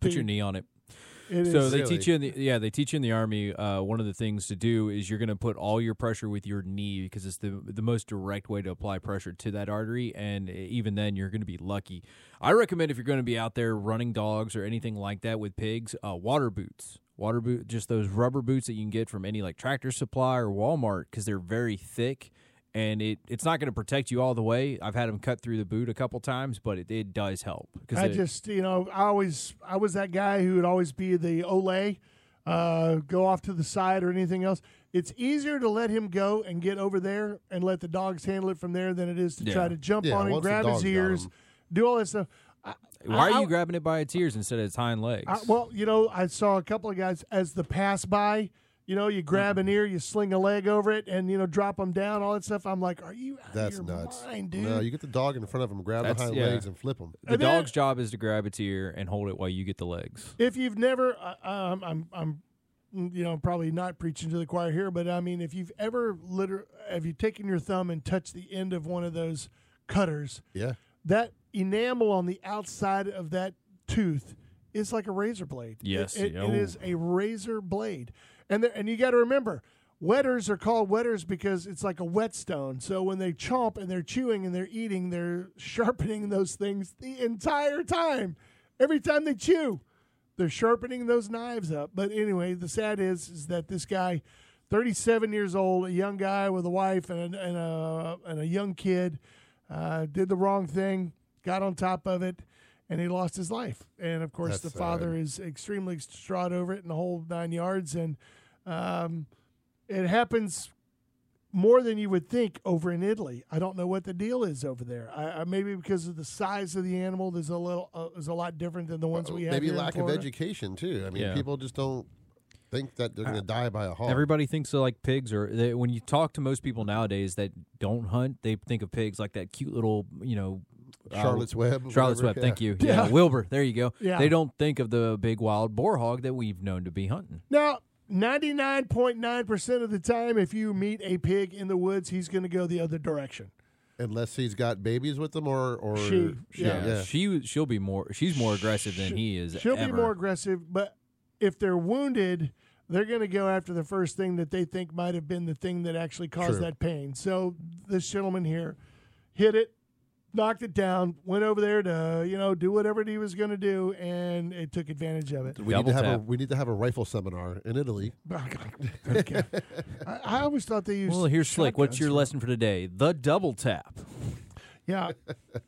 Put your knee on it. it is So they Really? teach you in the yeah they teach you in the army. Uh, one of the things to do is you're going to put all your pressure with your knee because it's the the most direct way to apply pressure to that artery. And e, even then, you're going to be lucky. I recommend if you're going to be out there running dogs or anything like that with pigs, uh, water boots. Water boot, just those rubber boots that you can get from any like tractor supply or Walmart because they're very thick. And it, it's not going to protect you all the way. I've had them cut through the boot a couple times, but it, it does help. 'cause I it- just you know I always I was that guy who would always be the Olay, uh, go off to the side or anything else. It's easier to let him go and get over there and let the dogs handle it from there than it is to Yeah. try to jump Yeah, on him, once the grab dog his got ears, him. do all that stuff. I, Why I- are you grabbing it by its ears instead of its hind legs? I, well, you know, I saw a couple of guys as the pass by. You know, you grab an Mm-hmm. ear, you sling a leg over it, and you know, drop them down, all that stuff. I'm like, are you out of That's your nuts. mind, dude? No, you get the dog in front of him, grab That's- the hind yeah. legs, and flip him. the and then- dog's job is to grab its ear and hold it while you get the legs. if you've never, uh, um, I'm, I'm, you know, probably not preaching to the choir here, but I mean, if you've ever liter, have you taken your thumb and touched the end of one of those cutters? Yeah. That enamel on the outside of that tooth is like a razor blade. It- Yes, it- yeah, it ooh. is a razor blade, and there, and you got to remember. Wetters are called wetters because it's like a whetstone. So when they chomp and they're chewing and they're eating, they're sharpening those things the entire time. Every time they chew they're sharpening those knives up. But anyway, the sad is is that this guy, 37 years old, a young guy with a wife and a, and a, and a young kid, uh, did the wrong thing, got on top of it, and he lost his life. And of course, That's the sad. father is extremely distraught over it and the whole nine yards. And um, it happens more than you would think over in Italy. I don't know what the deal is over there. I, I maybe because of the size of the animal, there's a little uh, is a lot different than the ones we have. Uh, Maybe here in lack of Florida. education too. I mean, Yeah. people just don't think that they're going to die by a Oh. hog. Everybody thinks they're like pigs, or they, when you talk to most people nowadays that don't hunt, they think of pigs like that cute little, you know, uh, Charlotte's Web. Charlotte's Web. whatever, Thank yeah. you. Yeah. Yeah. Wilbur. There you go. Yeah. They don't think of the big wild boar hog that we've known to be hunting. Now, 99.9% of the time, if you meet a pig in the woods, he's going to go the other direction. Unless he's got babies with them or or She, yeah. She she'll be more. She's more aggressive than he is. She'll be ever. more aggressive, but if they're wounded, they're going to go after the first thing that they think might have been the thing that actually caused True. that pain. So this gentleman here hit it, knocked it down, went over there to, you know, do whatever he was going to do, and it took advantage of it. We need, Double to have a, tap. we need to have a rifle seminar in Italy. Okay. I, I always thought they used Oh, Well, here's Slick. What's your shotguns. lesson for today? The double tap. Yeah.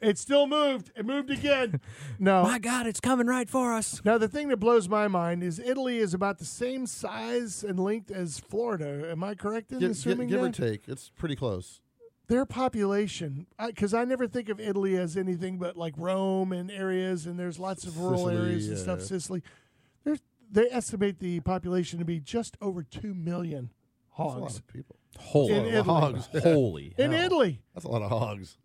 it still moved. It moved again. No. My God, it's coming right for us. Now, the thing that blows my mind is Italy is about the same size and length as Florida. Am I correct in Give, assuming give or that? take, it's pretty close. Their population, because I, never think of Italy as anything but like Rome and areas, and there's lots of rural Sicily, areas and stuff. yeah. Sicily, there's, they estimate the population to be just over two million That's a lot hogs of people. Holy, In Italy. Hogs. holy. in Italy. That's a lot of hogs.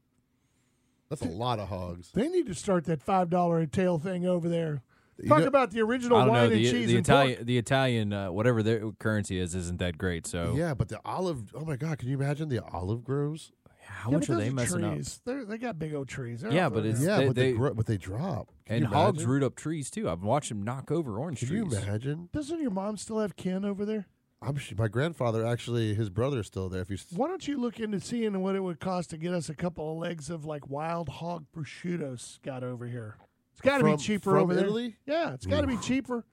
That's a lot of hogs. They need to start that five dollar a tail thing over there. You Talk know- about the original wine I don't know and the, cheese the and pork. Italian the Italian uh, whatever their currency is isn't that great. So Yeah, but the olive. Oh my God! Can you imagine the olive groves? how Yeah, much but are those they messing up? trees. They're, they got big old trees. They're Yeah, out but there it's- now. Yeah, They- but they, they- gro- but they drop. Can And you hogs imagine? root up trees too. I've watched them knock over orange Can you trees. imagine? Doesn't your mom still have kin over there? I'm sh- my grandfather actually. His brother's still there. If you s- Why don't you look into seeing what it would cost to get us a couple of legs of like wild hog prosciuttos got over here? It's got to be From- cheaper from over Italy? there. Yeah, it's got to be cheaper.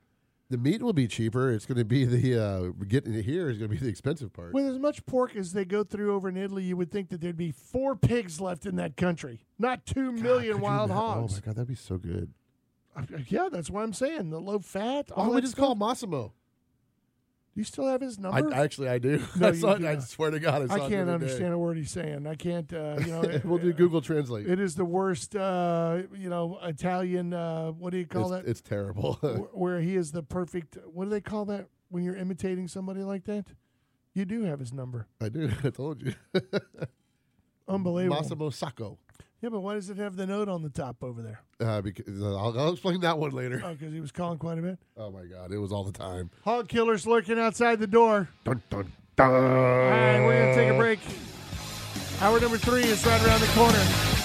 the meat will be cheaper, it's going to be the uh, getting it here is going to be the expensive part. With as much pork as they go through over in Italy, you would think that there'd be four pigs left in that country, not two million God, could you wild ima- Oh hogs. my God, that'd be so good. Yeah, that's what I'm saying. The low fat. Why All don't we that just stuff. call Massimo? Do you still have his I, number? actually, I do. No, I, you saw do it, I not. swear to God, I, saw I it the can't other day. understand a word he's saying. I can't. Uh, you know, we'll do Google Translate. It is the worst. Uh, you know, Italian. Uh, what do you call it's, that? it's terrible. Wh- where he is the perfect. What do they call that when you're imitating somebody like that? You do have his number. I do. I told you. Unbelievable. Massimo Sacco. Yeah, but why does it have the note on the top over there? Uh, because I'll, I'll explain that one later. Oh, because he was calling quite a bit. Oh my God, it was all the time. Hog killer's lurking outside the door. Dun, dun, All right, we're gonna take a break. Hour number three is right around the corner.